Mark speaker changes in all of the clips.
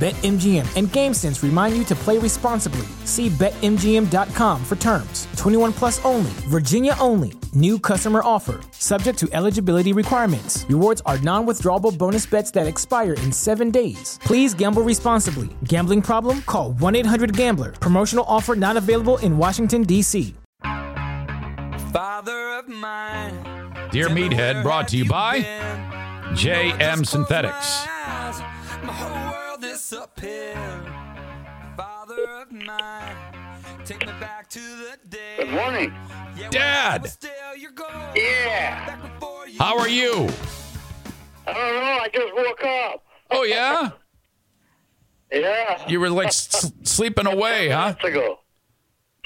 Speaker 1: BetMGM and GameSense remind you to play responsibly. See BetMGM.com for terms. 21 plus only, Virginia only. New customer offer, subject to eligibility requirements. Rewards are non withdrawable bonus bets that expire in seven days. Please gamble responsibly. Gambling problem? Call 1 800 Gambler. Promotional offer not available in Washington, D.C.
Speaker 2: Father of mine.
Speaker 3: Dear Meathead, brought to you by JM Synthetics.
Speaker 2: My whole world disappeared. Father of mine. Take me back to the day.
Speaker 4: Good morning.
Speaker 2: Yeah, when
Speaker 3: Dad.
Speaker 2: I was still your goal.
Speaker 4: Yeah.
Speaker 2: Back before you
Speaker 3: How are you?
Speaker 4: I don't know. I just woke up.
Speaker 3: Oh, yeah?
Speaker 4: Yeah.
Speaker 3: You were like s- sleeping away, huh?
Speaker 4: Minutes ago.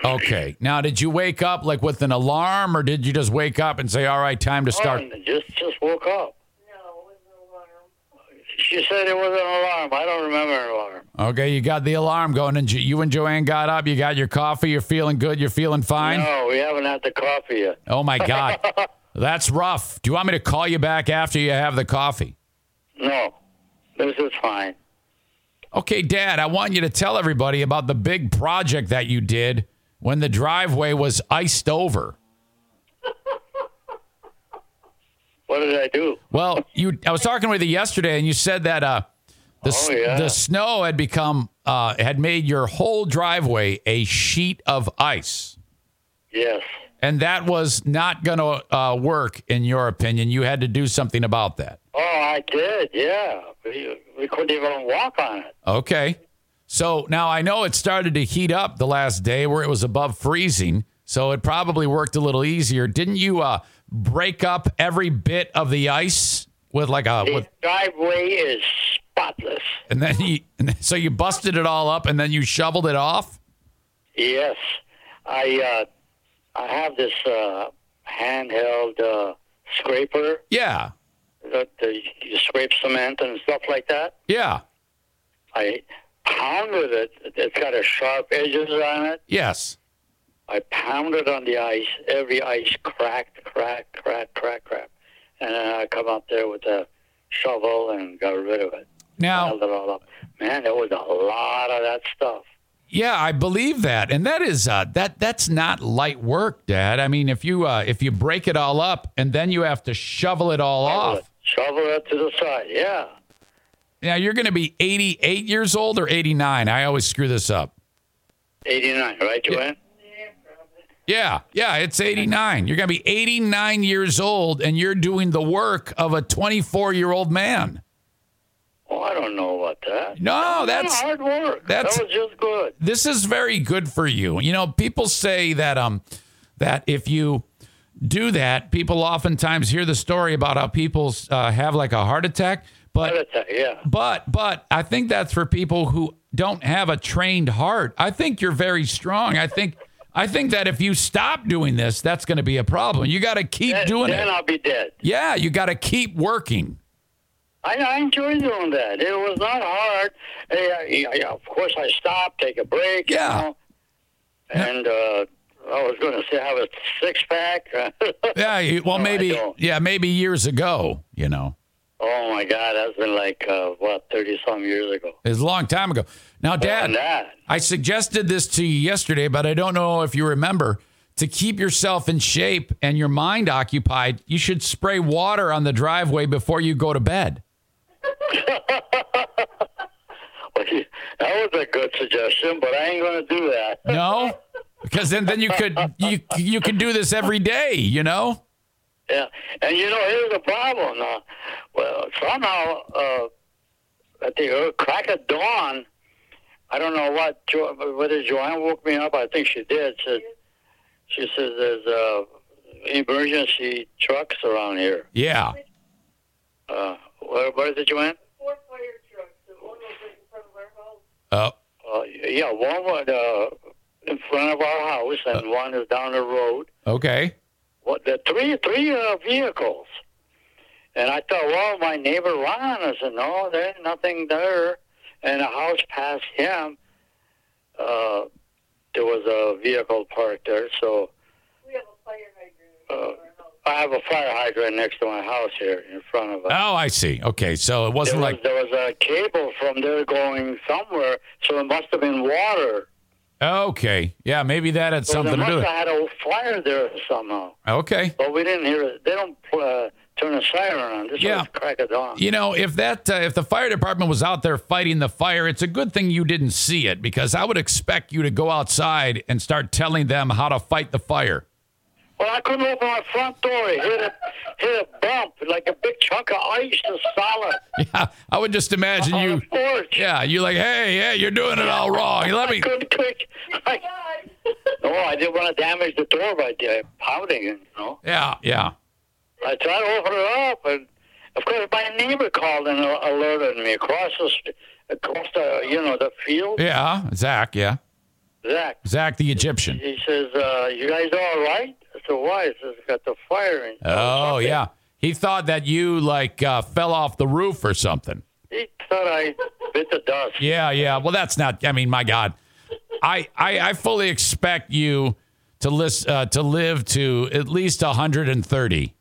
Speaker 3: Okay. Now, did you wake up like with an alarm or did you just wake up and say, all right, time to start?
Speaker 4: Morning. Just just woke up. She said it was an alarm. I don't remember an alarm.
Speaker 3: Okay, you got the alarm going and Jo- you and Joanne got up. You got your coffee. You're feeling good. You're feeling fine.
Speaker 4: No, we haven't had the coffee yet.
Speaker 3: Oh, my God. That's rough. Do you want me to call you back after you have the coffee?
Speaker 4: No, this is fine.
Speaker 3: Okay, Dad, I want you to tell everybody about the big project that you did when the driveway was iced over.
Speaker 4: What did I do?
Speaker 3: Well, you I was talking with you yesterday and you said that uh the, s-
Speaker 4: Oh, yeah.
Speaker 3: the snow had become uh had made your whole driveway a sheet of ice.
Speaker 4: Yes.
Speaker 3: And that was not going to uh, work, in your opinion. You had to do something about that.
Speaker 4: Oh, I did. Yeah. We, we couldn't even walk on it.
Speaker 3: Okay. So now I know it started to heat up the last day where it was above freezing. So it probably worked a little easier. Didn't you uh, break up every bit of the ice with like a
Speaker 4: The
Speaker 3: with,
Speaker 4: driveway is spotless.
Speaker 3: and then you and then- so you busted it all up and then you shoveled it off?
Speaker 4: Yes, I uh, I have this uh, handheld uh, scraper
Speaker 3: Yeah.
Speaker 4: that uh, you scrape cement and stuff like that.
Speaker 3: Yeah.
Speaker 4: I pounded it. It's got a sharp edges on it.
Speaker 3: Yes.
Speaker 4: I pounded on the ice. Every ice cracked, cracked, cracked, cracked, cracked. And then I come up there with a shovel and got rid of it.
Speaker 3: Now,
Speaker 4: Piled it all up. Man, there was a lot of that stuff.
Speaker 3: yeah, I believe that. And that is uh that that's not light work, dad. I mean, if you uh if you break it all up and then you have to shovel it all
Speaker 4: Shovel
Speaker 3: off.
Speaker 4: it. Shovel it to the side. Yeah.
Speaker 3: Now you're going to be 88 years old or 89. I always screw this up.
Speaker 4: 89, right, Joanne?
Speaker 3: Yeah, yeah, it's 89. You're going to be 89 years old and you're doing the work of a 24 year old man.
Speaker 4: Oh, I don't know about that.
Speaker 3: No, that's
Speaker 4: hard work.
Speaker 3: that's-
Speaker 4: that was just good.
Speaker 3: this is very good for you. You know, people say that um that if you do that, people oftentimes hear the story about how people uh, have like a heart attack, but
Speaker 4: Heart attack, yeah.
Speaker 3: But but I think that's for people who don't have a trained heart. I think you're very strong. I think I think that if you stop doing this, that's going to be a problem. You got to keep
Speaker 4: Then-
Speaker 3: doing
Speaker 4: then
Speaker 3: it.
Speaker 4: I'll be dead.
Speaker 3: yeah, you got to keep working.
Speaker 4: I, I enjoyed doing that. It was not hard. Eh, I- I- I- of course, I stopped, take a break. you
Speaker 3: Yeah.
Speaker 4: know. and uh, I was going to say I have a six pack.
Speaker 3: Yeah, you- well
Speaker 4: No, I
Speaker 3: maybe
Speaker 4: don't.
Speaker 3: yeah, maybe years ago, you know.
Speaker 4: oh my God, that's been like uh, what thirty some years ago.
Speaker 3: It was a long time ago. Now
Speaker 4: And
Speaker 3: dad,
Speaker 4: that
Speaker 3: I suggested this to you yesterday, but I don't know if you remember. To keep yourself in shape and your mind occupied, you should spray water on the driveway before you go to bed.
Speaker 4: that was a good suggestion, but I ain't going to do that.
Speaker 3: No, because then then you could you you could do this every day. You know.
Speaker 4: Yeah, and you know, here's the problem. Uh, well, somehow uh, at the ear- crack of dawn, I don't know what jo- whether Joanne woke me up. I think she did. Said She says there's uh, emergency trucks around here.
Speaker 3: Yeah.
Speaker 4: Uh, where, where did you went?
Speaker 5: four fire trucks, and one was right in front of
Speaker 3: Uh,
Speaker 5: our house.
Speaker 4: Uh, yeah, one was uh, in front of our house, and one is down the road.
Speaker 3: okay.
Speaker 4: What the three three uh, vehicles? And I thought, well, my neighbor Ron. I said, no, there's nothing there. And a house past him, uh, there was a vehicle parked there. So
Speaker 5: We have a fire hydrant in
Speaker 4: uh,
Speaker 5: front of our house.
Speaker 4: I have a fire hydrant next to my house here in front of us.
Speaker 3: Oh, I see. Okay, so it
Speaker 4: There
Speaker 3: wasn't
Speaker 4: was,
Speaker 3: like
Speaker 4: there was a cable from there going somewhere, so it must have been water.
Speaker 3: okay. Yeah, maybe that had
Speaker 4: So they
Speaker 3: something to
Speaker 4: must
Speaker 3: do with
Speaker 4: have had a fire there somehow.
Speaker 3: it. Okay.
Speaker 4: But we didn't hear it. They don't uh, turn a siren on. This
Speaker 3: Yeah.
Speaker 4: was crack of dawn.
Speaker 3: You know, if that uh, if the fire department was out there fighting the fire, it's a good thing you didn't see it because I would expect you to go outside and start telling them how to fight the fire.
Speaker 4: Well, I couldn't open my front door. It hit a hit a bump like a big chunk of ice and solid
Speaker 3: Yeah, I would just imagine
Speaker 4: on
Speaker 3: you.
Speaker 4: the porch.
Speaker 3: Yeah, you're like, hey, yeah, you're doing it all wrong. Let
Speaker 4: I
Speaker 3: me.
Speaker 4: couldn't click. I, oh, I didn't want to damage the door by uh, pounding it. You know,
Speaker 3: Yeah, yeah.
Speaker 4: I tried to open it up, and of course, my neighbor called and al- alerted me across the st- across the you know the field.
Speaker 3: Yeah, Zach. Yeah,
Speaker 4: Zach,
Speaker 3: Zach the Egyptian.
Speaker 4: he says, uh, "You guys all right?" I said, "Why?" He says, "Got the fire." in-
Speaker 3: Oh yeah, he thought that you like uh, fell off the roof or something.
Speaker 4: He thought I bit the dust.
Speaker 3: Yeah, yeah. Well, that's not. I mean, my God, I I, I fully expect you to list uh, to live to at least 130.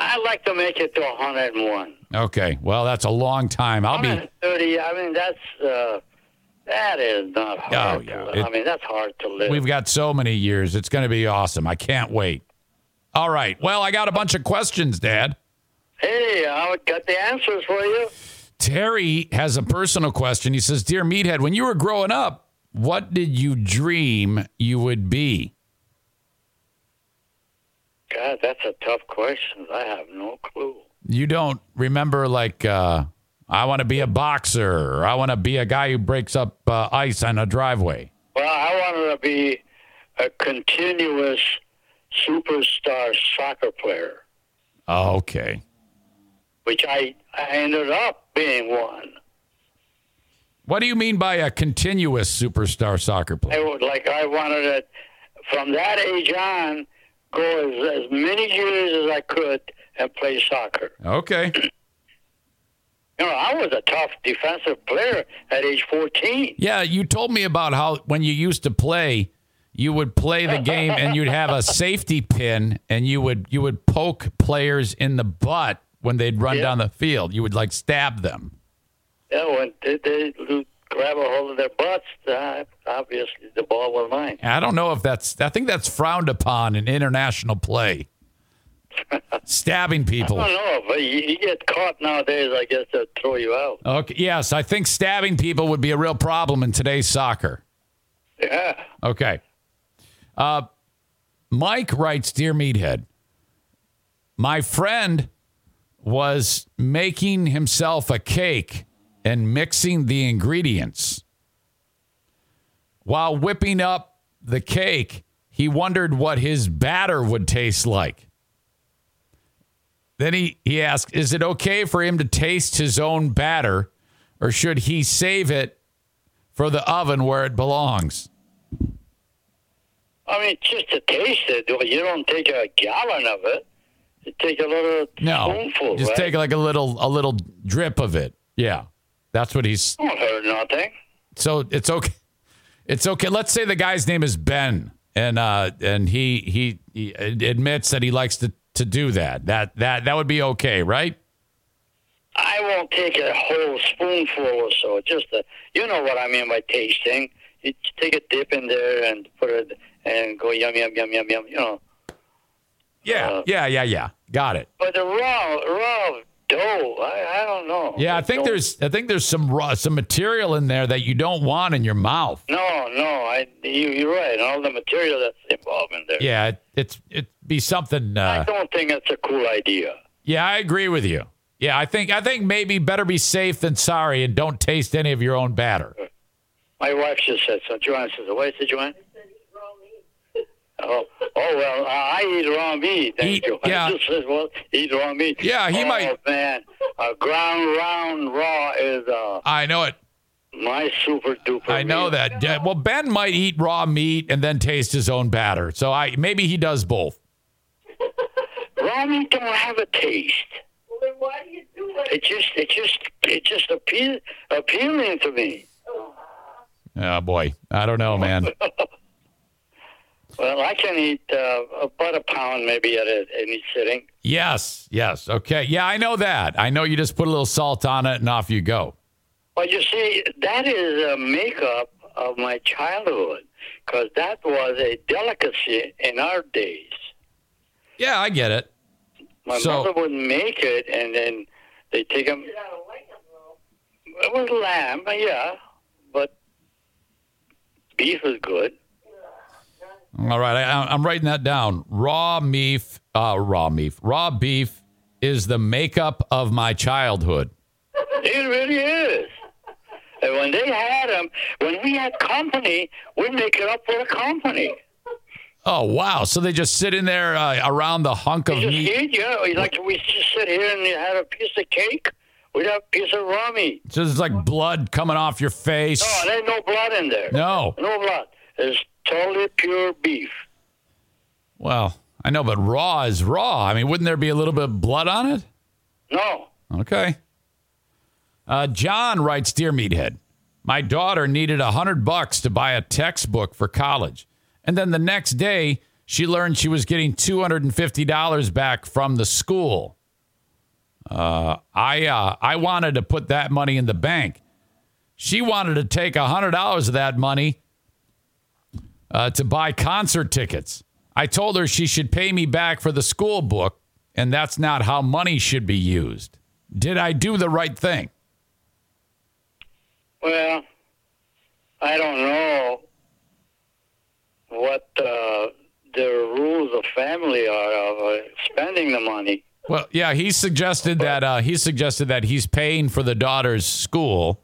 Speaker 4: I'd like to make it to 101.
Speaker 3: Okay. Well, that's a long time. I'll be.
Speaker 4: 130. I mean, that's uh, that is not hard.
Speaker 3: Oh, yeah.
Speaker 4: To live.
Speaker 3: It-
Speaker 4: I mean, that's hard to live.
Speaker 3: We've got so many years. It's going to be awesome. I can't wait. All right. Well, I got a bunch of questions, Dad.
Speaker 4: hey, I got the answers for you.
Speaker 3: Terry has a personal question. He says, "Dear Meathead, when you were growing up, what did you dream you would be?"
Speaker 4: God, that's a tough question. I have no clue.
Speaker 3: you don't remember like uh, I want to be a boxer or I want to be a guy who breaks up uh, ice on a driveway.
Speaker 4: Well, I wanted to be a continuous superstar soccer player,
Speaker 3: Oh, okay.
Speaker 4: which I I ended up being one.
Speaker 3: What do you mean by a continuous superstar soccer
Speaker 4: I
Speaker 3: player?
Speaker 4: would like I wanted to, from that age on, go as, as many years as I could and play soccer.
Speaker 3: Okay.
Speaker 4: You know, I was a tough defensive player at age 14.
Speaker 3: Yeah, you told me about how when you used to play, you would play the game and you'd have a safety pin and you would you would poke players in the butt when they'd run
Speaker 4: Yeah.
Speaker 3: down the field. You would like stab them.
Speaker 4: Yeah, when they, they lo- grab a hold of their butts, uh, obviously the ball was mine.
Speaker 3: I don't know if that's. I think that's frowned upon in international play. Stabbing
Speaker 4: I
Speaker 3: people.
Speaker 4: don't know, but you, you get caught nowadays, I guess they'll throw you out.
Speaker 3: Okay. Yes, I think stabbing people would be a real problem in today's soccer.
Speaker 4: Yeah.
Speaker 3: Okay. Uh, Mike writes, "Dear Meathead, my friend was making himself a cake and mixing the ingredients. While whipping up the cake, he wondered what his batter would taste like. Then he, he asked, Is it okay for him to taste his own batter, or should he save it for the oven where it belongs?
Speaker 4: I mean, just to taste it, well, you don't take a gallon of it. You take a little
Speaker 3: No,
Speaker 4: spoonful,
Speaker 3: just
Speaker 4: right?
Speaker 3: take like a little a little drip of it. Yeah, that's what he's.
Speaker 4: Don't hurt nothing.
Speaker 3: So it's okay. It's okay. Let's say the guy's name is Ben, and uh, and he he, he admits that he likes to to do that. That that that would be okay, right?
Speaker 4: I won't take a whole spoonful or so. Just a, you know what I mean by tasting. You just take a dip in there and put it and go yum yum yum yum yum. You know,
Speaker 3: Yeah,
Speaker 4: Uh,
Speaker 3: yeah, yeah, yeah. Got it.
Speaker 4: but the raw raw dough, I, I don't know.
Speaker 3: Yeah, I think
Speaker 4: Don't-
Speaker 3: there's I think there's some raw, some material in there that you don't want in your mouth.
Speaker 4: No, no, I you you're right. All the material that's involved in there.
Speaker 3: Yeah, it, it's it'd be something.
Speaker 4: I
Speaker 3: Uh,
Speaker 4: don't think that's a cool idea.
Speaker 3: yeah, I agree with you. Yeah, I think I think maybe better be safe than sorry, and don't taste any of your own batter.
Speaker 4: My wife just said so. Joanne says, "What did Joanne?"
Speaker 5: Said he's wrong.
Speaker 4: Oh, I eat raw meat. Thank
Speaker 3: Eat-
Speaker 4: you.
Speaker 3: yeah.
Speaker 4: I just said, well, eat raw meat.
Speaker 3: Yeah, he
Speaker 4: oh,
Speaker 3: might-
Speaker 4: man, uh, ground round raw is uh,
Speaker 3: I know it.
Speaker 4: my super duper.
Speaker 3: I know
Speaker 4: meat.
Speaker 3: that. Yeah, Well, Ben might eat raw meat and then taste his own batter. So I maybe he does both.
Speaker 4: raw meat don't have a taste.
Speaker 5: Well, then why do you do it?
Speaker 4: It just, it just, it just appeal, appealing to me.
Speaker 3: Oh boy, I don't know, man.
Speaker 4: Well, I can eat uh, about a pound maybe at a, any sitting.
Speaker 3: Yes, yes, okay, yeah, I know that. I know you just put a little salt on it and off you go.
Speaker 4: But you see, that is a makeup of my childhood, because that was a delicacy in our days.
Speaker 3: Yeah, I get it.
Speaker 4: My
Speaker 3: So-
Speaker 4: mother would make it, and then they take them.
Speaker 5: Get out of lamb, though.
Speaker 4: It was lamb, yeah, but beef is good.
Speaker 3: All right, I, I'm writing that down. Raw beef, uh, raw beef, raw beef is the makeup of my childhood.
Speaker 4: It really is. And when they had them, when we had company, we'd make it up for the company.
Speaker 3: Oh wow! So they just sit in there uh, around the hunk of
Speaker 4: Just
Speaker 3: meat.
Speaker 4: eat, yeah. Like we just sit here and had a piece of cake. We'd have a piece of raw meat.
Speaker 3: So there's like blood coming off your face.
Speaker 4: No, there ain't no blood in there.
Speaker 3: No.
Speaker 4: No blood. It's totally pure beef.
Speaker 3: Well, I know, but raw is raw. I mean, wouldn't there be a little bit of blood on it?
Speaker 4: No.
Speaker 3: Okay. Uh, John writes, Dear Meathead, my daughter needed a hundred bucks to buy a textbook for college. And then the next day, she learned she was getting $250 back from the school. Uh, I, uh, I wanted to put that money in the bank. She wanted to take $100 of that money uh, to buy concert tickets. I told her she should pay me back for the school book, and that's not how money should be used. Did I do the right thing?
Speaker 4: Well, I don't know what uh, the rules of family are of uh, spending the money.
Speaker 3: Well, yeah, he suggested that uh, he suggested that he's paying for the daughter's school,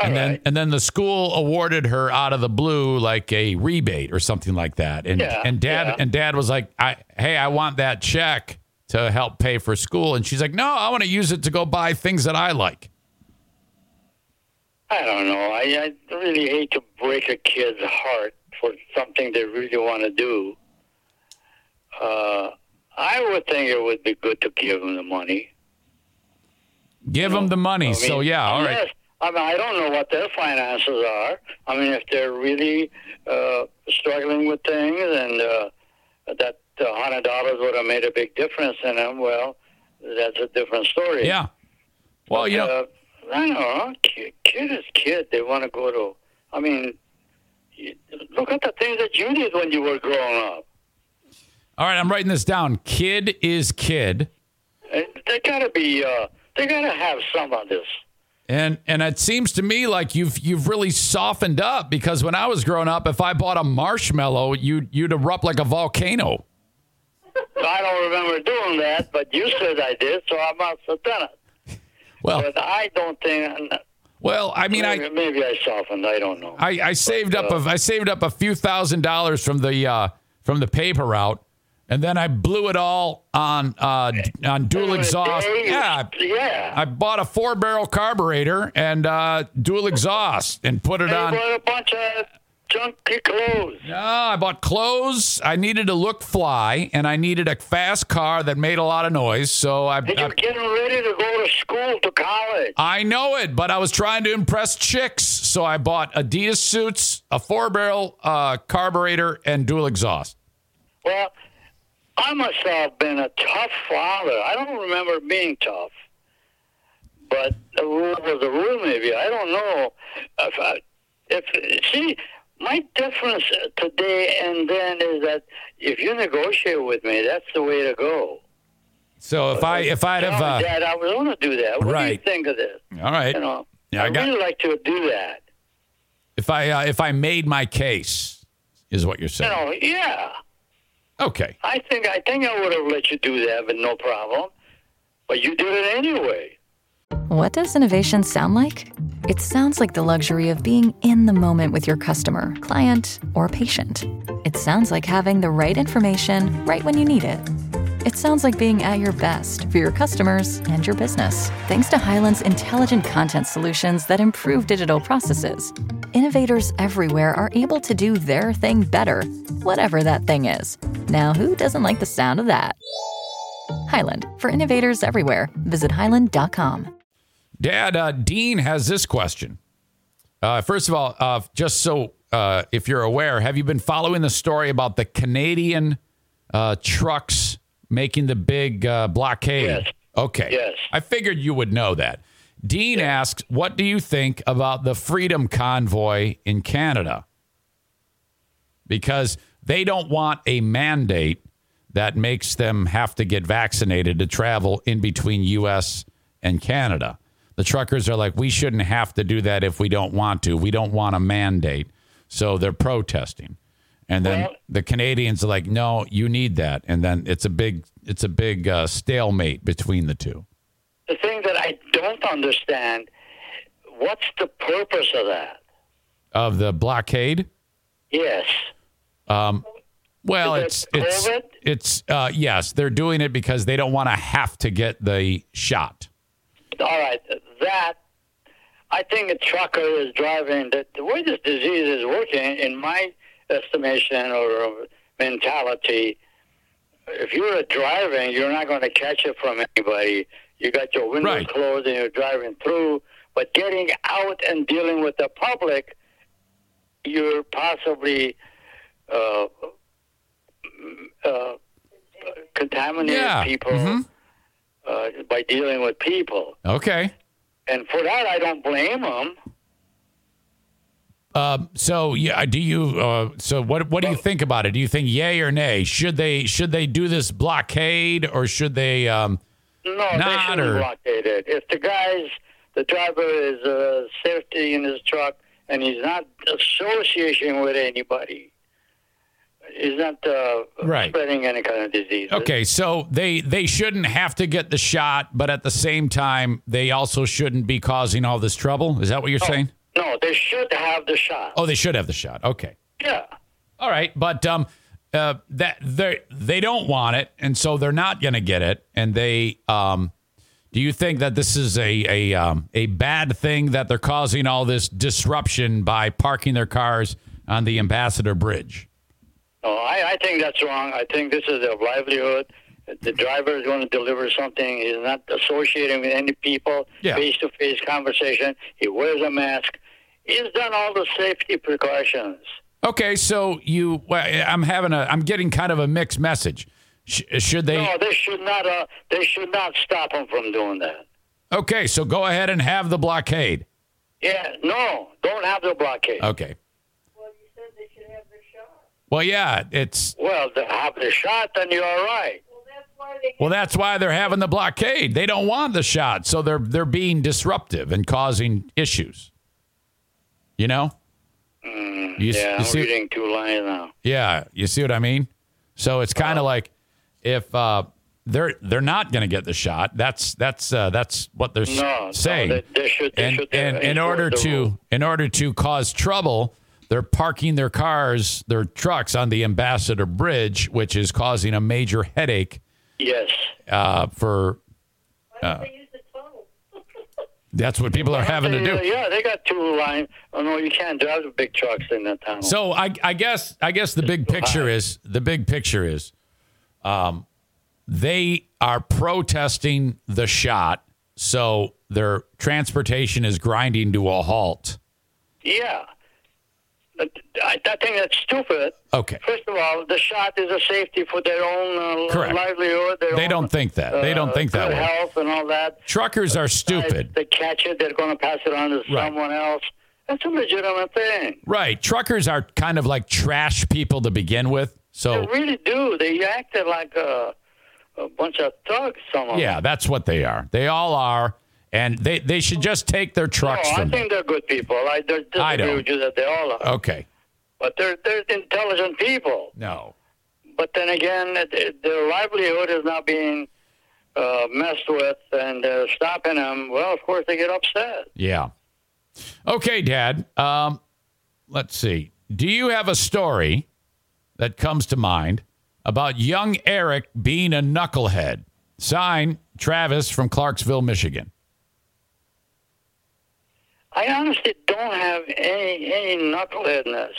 Speaker 3: and
Speaker 4: All
Speaker 3: then
Speaker 4: right.
Speaker 3: and then the school awarded her out of the blue like a rebate or something like that. And
Speaker 4: Yeah,
Speaker 3: and dad
Speaker 4: yeah.
Speaker 3: and dad was like, I, "Hey, I want that check to help pay for school," and she's like, "No, I want to use it to go buy things that I like."
Speaker 4: I don't know. I, I really hate to break a kid's heart for something they really want to do. Uh, I would think it would be good to give them the money.
Speaker 3: Give him the money.
Speaker 4: I mean,
Speaker 3: so yeah, all right.
Speaker 4: unless- I mean, I don't know what their finances are. I mean, if they're really uh, struggling with things and uh, that uh, hundred dollars would have made a big difference in them, well, that's a different story.
Speaker 3: Yeah. Well, you know,
Speaker 4: Uh, I don't know. Kid, kid is kid. They want to go to. I mean, you, look at the things that you did when you were growing up.
Speaker 3: all right, I'm writing this down. Kid is kid.
Speaker 4: Uh, They gotta be. Uh, they gotta have some of this.
Speaker 3: And and it seems to me like you've you've really softened up because when I was growing up, if I bought a marshmallow, you you'd erupt like a volcano.
Speaker 4: I don't remember doing that, but you said I did, so I must have done it.
Speaker 3: Well,
Speaker 4: But I don't think.
Speaker 3: well, I mean, I,
Speaker 4: maybe, maybe I softened. I don't know.
Speaker 3: I I saved up a, I saved up a few thousand dollars from the uh, from the paper route, and then I blew it all on uh, d- on dual exhaust.
Speaker 4: Hey,
Speaker 3: Yeah, I-
Speaker 4: yeah.
Speaker 3: I bought a four barrel carburetor and uh, dual exhaust and put it
Speaker 4: They
Speaker 3: on.
Speaker 4: bought a bunch of junky clothes.
Speaker 3: No, Ah, I bought clothes. I needed to look fly, and I needed a fast car that made a lot of noise. So I,
Speaker 4: And
Speaker 3: I,
Speaker 4: you're getting ready to go to school to college.
Speaker 3: I know it, but I was trying to impress chicks. So I bought Adidas suits, a four barrel uh, carburetor, and dual exhaust.
Speaker 4: Well, I must have been a tough father. I don't remember being tough. But the rule was the rule, maybe. I don't know. If, I, if See, my difference today and then is that if you negotiate with me, that's the way to go.
Speaker 3: So if I if I'd have
Speaker 4: Tell
Speaker 3: uh,
Speaker 4: Dad, I was going to do that. What
Speaker 3: right.
Speaker 4: do you think of this?
Speaker 3: all right,
Speaker 4: You know,
Speaker 3: Yeah, I
Speaker 4: I,
Speaker 3: got-
Speaker 4: really like to do that.
Speaker 3: if I uh, if I made my case, is what you're
Speaker 4: You
Speaker 3: saying?
Speaker 4: know, yeah.
Speaker 3: Okay.
Speaker 4: I think I think I would have let you do that with no problem. But you did it anyway.
Speaker 6: What does innovation sound like? It sounds like the luxury of being in the moment with your customer, client, or patient. It sounds like having the right information right when you need it. It sounds like being at your best for your customers and your business, thanks to Highland's intelligent content solutions that improve digital processes. Innovators everywhere are able to do their thing better, whatever that thing is. Now, who doesn't like the sound of that? Highland, for innovators everywhere, visit highland.com.
Speaker 3: Dad, uh, Dean has this question. Uh, first of all, uh, just so uh, if you're aware, have you been following the story about the Canadian uh, trucks making the big uh, blockade?
Speaker 4: Yes.
Speaker 3: Okay.
Speaker 4: Yes.
Speaker 3: I figured you would know that. Dean asks, "What do you think about the Freedom Convoy in Canada?" Because they don't want a mandate that makes them have to get vaccinated to travel in between US and Canada. The truckers are like, we shouldn't have to do that if we don't want to. We don't want a mandate. So they're protesting. And then
Speaker 4: Well-
Speaker 3: the Canadians are like, no, you need that. And then it's a big, it's a big uh, stalemate between the two.
Speaker 4: the thing that I don't understand, what's the purpose of that?
Speaker 3: Of the blockade,
Speaker 4: Yes.
Speaker 3: Well,
Speaker 4: Is
Speaker 3: it's
Speaker 4: it
Speaker 3: it's
Speaker 4: COVID?
Speaker 3: it's uh, yes, they're doing it because they don't want to have to get the shot.
Speaker 4: All right. That, I think a trucker is driving, the, the way this disease is working, in my estimation or mentality, if you're driving, you're not going to catch it from anybody. You got your windows
Speaker 3: Right.
Speaker 4: closed and you're driving through, but getting out and dealing with the public, you're possibly uh, uh, contaminating
Speaker 3: Yeah,
Speaker 4: people
Speaker 3: mhm.
Speaker 4: uh, by dealing with people.
Speaker 3: Okay.
Speaker 4: And for that, I don't blame them.
Speaker 3: Um, so yeah, do you? Uh, so what? What do you think about it? Do you think yay or nay? Should they should they do this blockade or should they? Um,
Speaker 4: No,
Speaker 3: Not
Speaker 4: they shouldn't
Speaker 3: or-
Speaker 4: blockade it. If the guy's, the driver is uh, safety in his truck and he's not associating with anybody, he's not uh,
Speaker 3: Right.
Speaker 4: spreading any kind of disease.
Speaker 3: okay, so they they shouldn't have to get the shot, but at the same time, they also shouldn't be causing all this trouble. Is that what you're saying?
Speaker 4: No, they should have the shot.
Speaker 3: Oh, they should have the shot. Okay.
Speaker 4: Yeah.
Speaker 3: All right, but um, uh, that they they don't want it, and so they're not going to get it. And they um, do you think that this is a a um, a bad thing that they're causing all this disruption by parking their cars on the Ambassador Bridge?
Speaker 4: No, Oh, I, I think that's wrong. I think this is their livelihood. The driver is going to deliver something. He's not associating with any people.
Speaker 3: Yeah.
Speaker 4: Face to face conversation. He wears a mask. He's done all the safety precautions.
Speaker 3: Okay, so you, well, I'm having a, I'm getting kind of a mixed message. Sh- should they?
Speaker 4: No, they should not. Uh, they should not stop him from doing that.
Speaker 3: Okay, so go ahead and have the blockade.
Speaker 4: Yeah, no, don't have the blockade.
Speaker 3: Okay.
Speaker 5: Well, you said they should have their shot.
Speaker 3: Well, yeah, it's
Speaker 4: well, they have the shot, then you're all right.
Speaker 5: Well, that's why they.
Speaker 3: Well, that's why they're having the blockade. They don't want the shot, so they're they're being disruptive and causing issues. You know? you, s-
Speaker 4: Mm, Yeah,
Speaker 3: you
Speaker 4: I'm
Speaker 3: see,
Speaker 4: reading two lines now.
Speaker 3: yeah, you see what I mean? So it's
Speaker 4: Uh-huh.
Speaker 3: kind of like if uh, they're they're not going to get the shot. That's that's uh, that's what they're s-
Speaker 4: No,
Speaker 3: saying.
Speaker 4: no, they, they should. They
Speaker 3: and
Speaker 4: should
Speaker 3: and in
Speaker 4: enforce
Speaker 3: order
Speaker 4: the rule.
Speaker 3: to in order to cause trouble, they're parking their cars, their trucks on the Ambassador Bridge, which is causing a major headache
Speaker 4: yes,
Speaker 3: uh, for
Speaker 5: Why don't they use the tunnel?
Speaker 3: That's what people are having to
Speaker 4: They- uh,
Speaker 3: do.
Speaker 4: Yeah, they got two lines. Oh no, you can't drive the big trucks in that tunnel.
Speaker 3: So I, I guess I guess the big picture is the big picture is, um, they are protesting the shot, so their transportation is grinding to a halt.
Speaker 4: yeah, But I, I think that's stupid.
Speaker 3: Okay,
Speaker 4: First of all, the shot is a safety for their own uh,
Speaker 3: Correct.
Speaker 4: livelihood. Their
Speaker 3: they
Speaker 4: own,
Speaker 3: don't think that. They don't
Speaker 4: uh,
Speaker 3: think that
Speaker 4: good
Speaker 3: way.
Speaker 4: health and all that.
Speaker 3: Truckers are stupid.
Speaker 4: If They catch it. They're going to pass it on to
Speaker 3: Right.
Speaker 4: someone else. That's a legitimate thing.
Speaker 3: Right. Truckers are kind of like trash people to begin with.
Speaker 4: They
Speaker 3: So
Speaker 4: really do. They acted like a, a bunch of thugs. Some of
Speaker 3: yeah,
Speaker 4: them.
Speaker 3: that's what they are. They all are. And they, they should just take their
Speaker 4: No,
Speaker 3: trucks
Speaker 4: Oh, I
Speaker 3: from them.
Speaker 4: think they're good people. I don't disagree
Speaker 3: I don't.
Speaker 4: with you that they all are.
Speaker 3: Okay.
Speaker 4: But they're they're intelligent people.
Speaker 3: No.
Speaker 4: But then again, it- it- their livelihood is not being uh, messed with, and they're stopping them. Well, of course they get upset.
Speaker 3: Yeah. Okay, Dad. Um, let's see. Do you have a story that comes to mind about young Eric being a knucklehead? Sign Travis from Clarksville, Michigan.
Speaker 4: I honestly don't have any any knuckleheadness,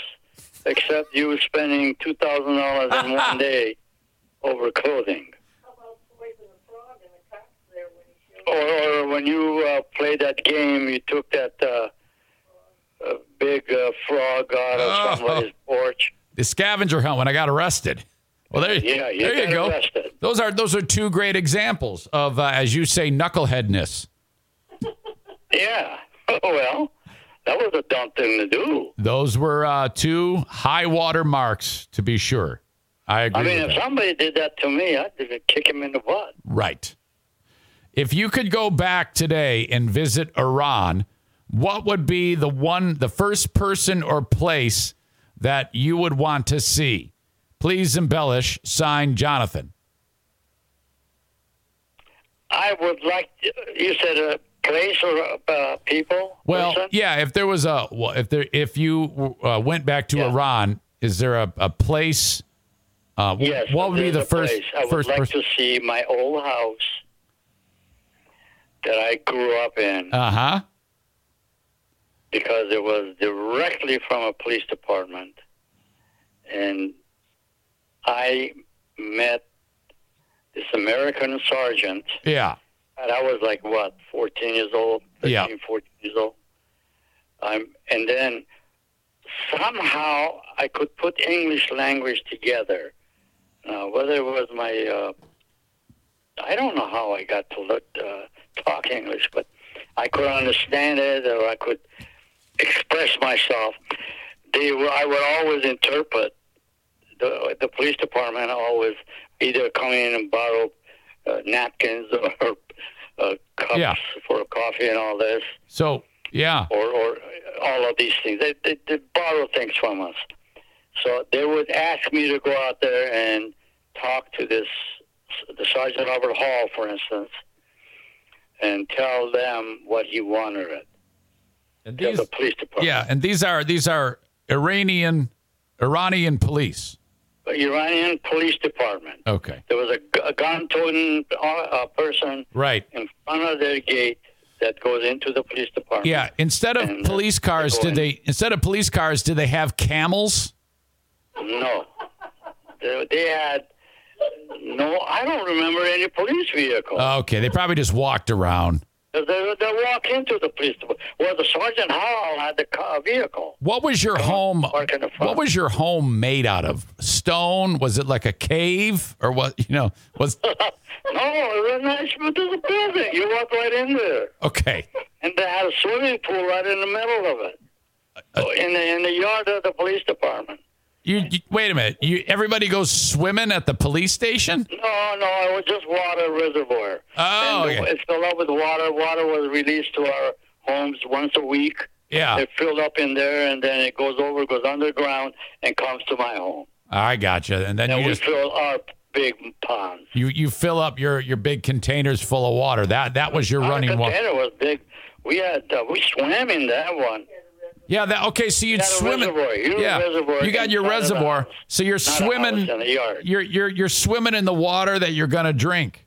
Speaker 4: except you spending two thousand dollars in one day over clothing,
Speaker 5: How about poison the frog and the cops there when he showed
Speaker 4: or, or when you uh, played that game, you took that uh, uh, big uh, frog out
Speaker 3: Oh.
Speaker 4: of somebody's porch.
Speaker 3: The scavenger hunt when I got arrested. Well, there,
Speaker 4: Yeah, you
Speaker 3: there you
Speaker 4: got
Speaker 3: go.
Speaker 4: arrested.
Speaker 3: Those are those are two great examples of, uh, as you say, knuckleheadness.
Speaker 4: Yeah. Oh well, that was a dumb thing to do.
Speaker 3: Those were uh, two high water marks, to be sure. I agree.
Speaker 4: I mean,
Speaker 3: with
Speaker 4: if
Speaker 3: that.
Speaker 4: somebody did that to me, I'd kick him in the butt.
Speaker 3: Right. If you could go back today and visit Iran, what would be the one the first person or place that you would want to see? Please embellish, sign Jonathan.
Speaker 4: I would like. You said a place or a uh, people?
Speaker 3: Well,
Speaker 4: person?
Speaker 3: yeah, if there was a well, if there if you uh, went back to Iran, is there a, a place uh, wh-
Speaker 4: Yes.
Speaker 3: what would be
Speaker 4: there's
Speaker 3: the
Speaker 4: a
Speaker 3: first
Speaker 4: Place. I would
Speaker 3: first
Speaker 4: like
Speaker 3: person?
Speaker 4: to see my old house that I grew up in
Speaker 3: Uh-huh.
Speaker 4: because it was directly from a police department, and I met this American sergeant.
Speaker 3: Yeah.
Speaker 4: And I was like, what, 14 years old? 13,
Speaker 3: Yeah.
Speaker 4: 14 years old. Um, and then somehow I could put English language together. Uh, whether it was my, uh, I don't know how I got to look, uh, talk English, but I could understand it or I could express myself. They were, I would always interpret. The, the police department always either come in and borrow uh, napkins or uh, cups
Speaker 3: Yeah.
Speaker 4: for coffee and all this,
Speaker 3: So, yeah.
Speaker 4: or, or all of these things. They, they, they borrow things from us. So they would ask me to go out there and talk to this, the Sergeant Robert Hall, for instance, and tell them what he wanted it.
Speaker 3: And
Speaker 4: Tell
Speaker 3: these-
Speaker 4: the police department.
Speaker 3: yeah, and these are these are Iranian Iranian police.
Speaker 4: Iranian police department.
Speaker 3: Okay.
Speaker 4: There was a gu- a, gun-toting uh, uh, person
Speaker 3: Right.
Speaker 4: in front of their gate that goes into the police department.
Speaker 3: Yeah. Instead of
Speaker 4: And, uh,
Speaker 3: police cars,
Speaker 4: they're
Speaker 3: did
Speaker 4: going-
Speaker 3: they instead of police cars, did they have camels?
Speaker 4: No. They, they had no. I don't remember any police vehicle.
Speaker 3: Okay. They probably just walked around.
Speaker 4: they, they walk into the police department. Well, the sergeant Howell had the car, vehicle.
Speaker 3: What was your home?
Speaker 4: park in the front.
Speaker 3: What was your home made out of? Stone? Was it like a cave or what? You know, was
Speaker 4: No, it was nice, but there's a building. You walk right in there,
Speaker 3: okay.
Speaker 4: and they had a swimming pool right in the middle of it, in the in the yard of the police department.
Speaker 3: You, you- wait a minute. You everybody goes swimming at the police station?
Speaker 4: No, no, it was just water reservoir.
Speaker 3: Oh,
Speaker 4: and
Speaker 3: okay.
Speaker 4: it filled up with water. Water was released to our homes once a week.
Speaker 3: Yeah.
Speaker 4: It filled up in there, and then it goes over, goes underground, and comes to my home.
Speaker 3: I gotcha. And then
Speaker 4: And
Speaker 3: you
Speaker 4: we
Speaker 3: just
Speaker 4: fill our big ponds.
Speaker 3: you you fill up your your big containers full of water. That that was your
Speaker 4: Our
Speaker 3: running water.
Speaker 4: container was big. We had uh, we swam in that one.
Speaker 3: Yeah. That okay. So you'd
Speaker 4: got a
Speaker 3: swim. in-
Speaker 4: reservoir. You have a
Speaker 3: yeah.
Speaker 4: reservoir
Speaker 3: you got your
Speaker 4: inside of the
Speaker 3: reservoir.
Speaker 4: house,
Speaker 3: So you're
Speaker 4: Not a
Speaker 3: swimming.
Speaker 4: house, in the yard.
Speaker 3: You're you're you're swimming in the water that you're gonna drink.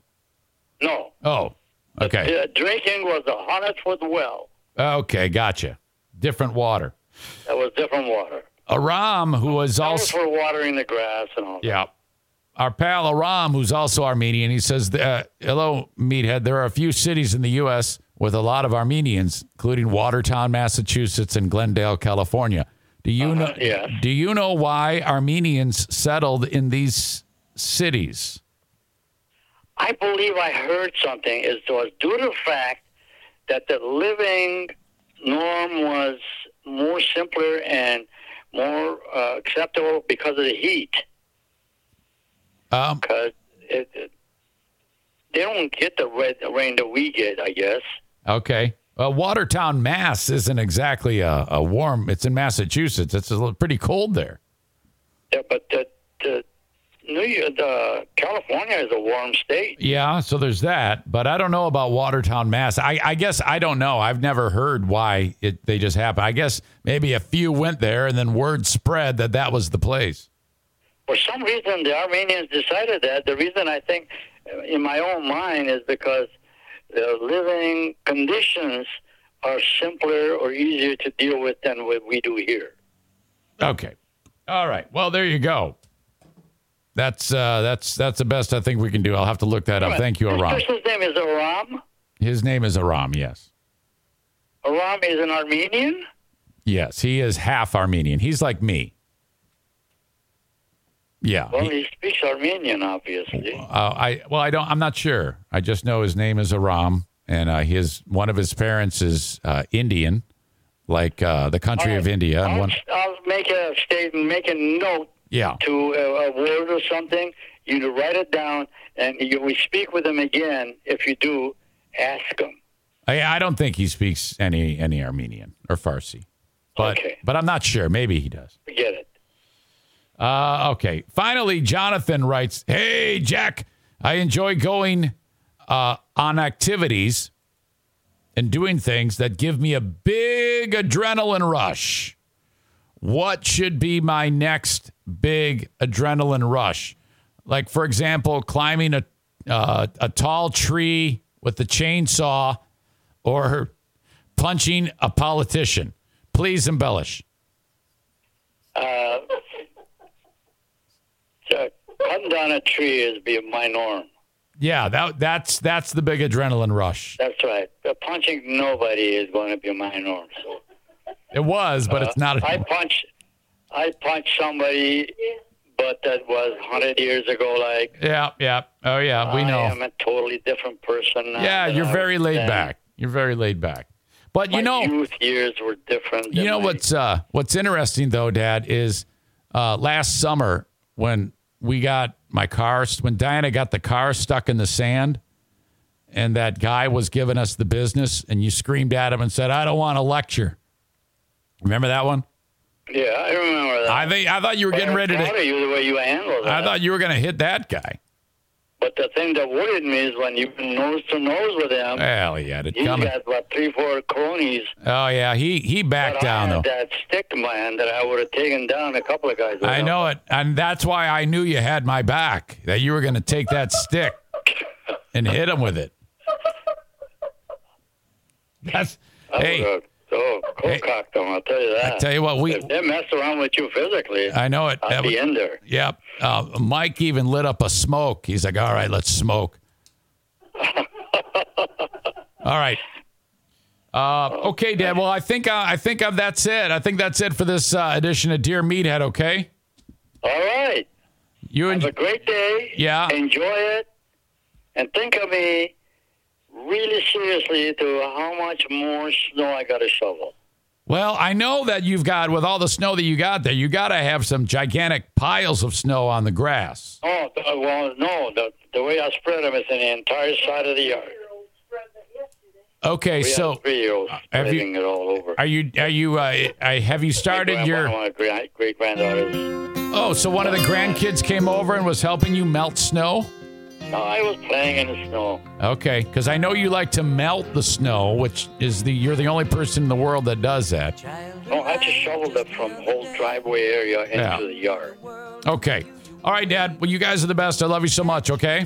Speaker 4: no,
Speaker 3: Oh. Okay.
Speaker 4: The drinking was a hundred foot well.
Speaker 3: Okay, gotcha. Different water.
Speaker 4: That was different water.
Speaker 3: Aram, who was
Speaker 4: That
Speaker 3: also
Speaker 4: was for watering the grass and all. that.
Speaker 3: yeah, our pal Aram, who's also Armenian, he says, uh, "Hello, meathead. There are a few cities in the U.S. with a lot of Armenians, including Watertown, Massachusetts, and Glendale, California. Do you know?
Speaker 4: yes.
Speaker 3: Do you know why Armenians settled in these cities?
Speaker 4: I believe I heard something. It was due to the fact that the living norm was more simpler and more uh, acceptable because of the heat.
Speaker 3: Um,
Speaker 4: Because it, it, they don't get the red the rain that we get, I guess.
Speaker 3: Okay." Uh, Watertown, Mass, isn't exactly a, a warm. It's in Massachusetts. It's a little, pretty cold there.
Speaker 4: Yeah, but the, the New York, the California is a warm state.
Speaker 3: Yeah, so there's that, but I don't know about Watertown, Mass. I, I guess I don't know. I've never heard why it they just happened. I guess maybe a few went there, and then word spread that that was the place.
Speaker 4: For some reason, the Armenians decided that. The reason I think, uh, in my own mind, is because the living conditions are simpler or easier to deal with than what we do here.
Speaker 3: Okay, all right. Well, there you go. That's uh, that's that's the best I think we can do. I'll have to look that up. Thank you,
Speaker 4: This
Speaker 3: Aram.
Speaker 4: person's name is Aram.
Speaker 3: His name is Aram. Yes,
Speaker 4: Aram is an Armenian.
Speaker 3: yes. He is half Armenian. He's like me. Yeah.
Speaker 4: Well,
Speaker 3: he-
Speaker 4: he speaks Armenian, obviously.
Speaker 3: Uh, I well, I don't. I'm not sure. I just know his name is Aram, and uh, his one of his parents is uh, Indian, like uh, the country of India. And
Speaker 4: I'll,
Speaker 3: one,
Speaker 4: I'll make a statement, make a note
Speaker 3: yeah,
Speaker 4: to uh, a, a word or something. You write it down, and you, we speak with them again. If you do, ask them.
Speaker 3: I, I don't think he speaks any any Armenian or Farsi, but
Speaker 4: Okay.
Speaker 3: but I'm not sure. Maybe he does.
Speaker 4: Forget it.
Speaker 3: Uh, okay. Finally, Jonathan writes, "Hey Jack, I enjoy going uh, on activities and doing things that give me a big adrenaline rush. What should be my next big adrenaline rush? Like, for example, climbing a uh, a tall tree with a chainsaw, or punching a politician. Please embellish."
Speaker 4: So, cutting down a tree is be my norm.
Speaker 3: Yeah, that that's that's the big adrenaline rush.
Speaker 4: That's right. Uh, punching nobody is going to be my norm.
Speaker 3: It was, but it's not.
Speaker 4: I punch, I punch somebody, but that was hundred years ago. Like
Speaker 3: yeah, yeah. Oh, yeah. We
Speaker 4: I
Speaker 3: know.
Speaker 4: am a totally different person now.
Speaker 3: Yeah,
Speaker 4: than
Speaker 3: you're
Speaker 4: I
Speaker 3: very
Speaker 4: was
Speaker 3: laid
Speaker 4: then.
Speaker 3: back. You're very laid back. But you
Speaker 4: My
Speaker 3: know,
Speaker 4: youth years were different.
Speaker 3: you
Speaker 4: than
Speaker 3: know
Speaker 4: my-
Speaker 3: what's uh, what's interesting though, Dad, is uh, last summer when we got my car, when Diana got the car stuck in the sand, and that guy was giving us the business, and you screamed at him and said, "I don't want a lecture." Remember that one?
Speaker 4: Yeah, I remember that.
Speaker 3: I think I thought you were getting
Speaker 4: I'm
Speaker 3: ready
Speaker 4: proud
Speaker 3: to.
Speaker 4: of you the way you handled that.
Speaker 3: I thought you were going to hit that guy.
Speaker 4: but the thing that worried me is when you've been nose to nose with him,
Speaker 3: Well, he had it
Speaker 4: he's
Speaker 3: coming.
Speaker 4: got about three, four cronies.
Speaker 3: Oh yeah, he he
Speaker 4: But
Speaker 3: backed
Speaker 4: I
Speaker 3: down
Speaker 4: had
Speaker 3: though.
Speaker 4: that stick man that I would have taken down a couple of guys. with
Speaker 3: I
Speaker 4: him.
Speaker 3: know it, and that's why I knew you had my back. That you were going to take that stick and hit him with it. That's
Speaker 4: I
Speaker 3: hey.
Speaker 4: would've- Oh,
Speaker 3: Hey.
Speaker 4: cock them, I'll tell you that.
Speaker 3: I tell you what, we.
Speaker 4: if they mess around with you physically,
Speaker 3: I know it.
Speaker 4: will
Speaker 3: That
Speaker 4: be
Speaker 3: was-
Speaker 4: in there.
Speaker 3: yep. Uh, Mike even lit up a smoke. He's like, "All right, let's smoke." All right. Uh, okay, Dad. Well, I think uh, I think uh, that's it. I think that's it for this uh, edition of Dear Meathead. Okay.
Speaker 4: All right.
Speaker 3: You and
Speaker 4: Have a great day.
Speaker 3: Yeah.
Speaker 4: Enjoy it. And think of me really seriously to how much more snow I got to shovel.
Speaker 3: Well, I know that you've got with all the snow that you got there, you got to have some gigantic piles of snow on the grass.
Speaker 4: Oh, th- uh, well, no. The, the way I spread them is in the entire side of the yard.
Speaker 3: Okay,
Speaker 4: We
Speaker 3: so
Speaker 4: three year olds
Speaker 3: have you-
Speaker 4: spreading it all over.
Speaker 3: are you are you uh, I, have you started your
Speaker 4: My great great granddaughters.
Speaker 3: Oh, so one of the grandkids came over and was helping you melt snow?
Speaker 4: No, I was playing in the snow.
Speaker 3: Okay, cuz I know you like to melt the snow, which is the you're the only person in the world that does that.
Speaker 4: No, I just shoveled it from whole driveway area into
Speaker 3: Yeah.
Speaker 4: the yard.
Speaker 3: Okay. All right, dad. Well, you guys are the best. I love you so much, okay?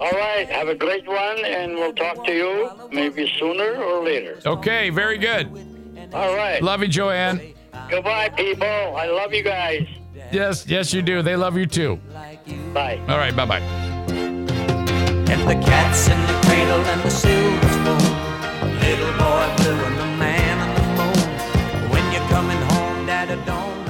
Speaker 4: All right, have a great one, and we'll talk to you maybe sooner or later.
Speaker 3: Okay, very good.
Speaker 4: All right.
Speaker 3: Love you, Joanne.
Speaker 4: Goodbye, people. I love you guys.
Speaker 3: Yes, yes you do. They love you too.
Speaker 4: Bye.
Speaker 3: All right, bye-bye.
Speaker 7: And the cat's in the cradle and the silver spoon. Little boy blue and the man on the moon. When you're coming home, Dad, don't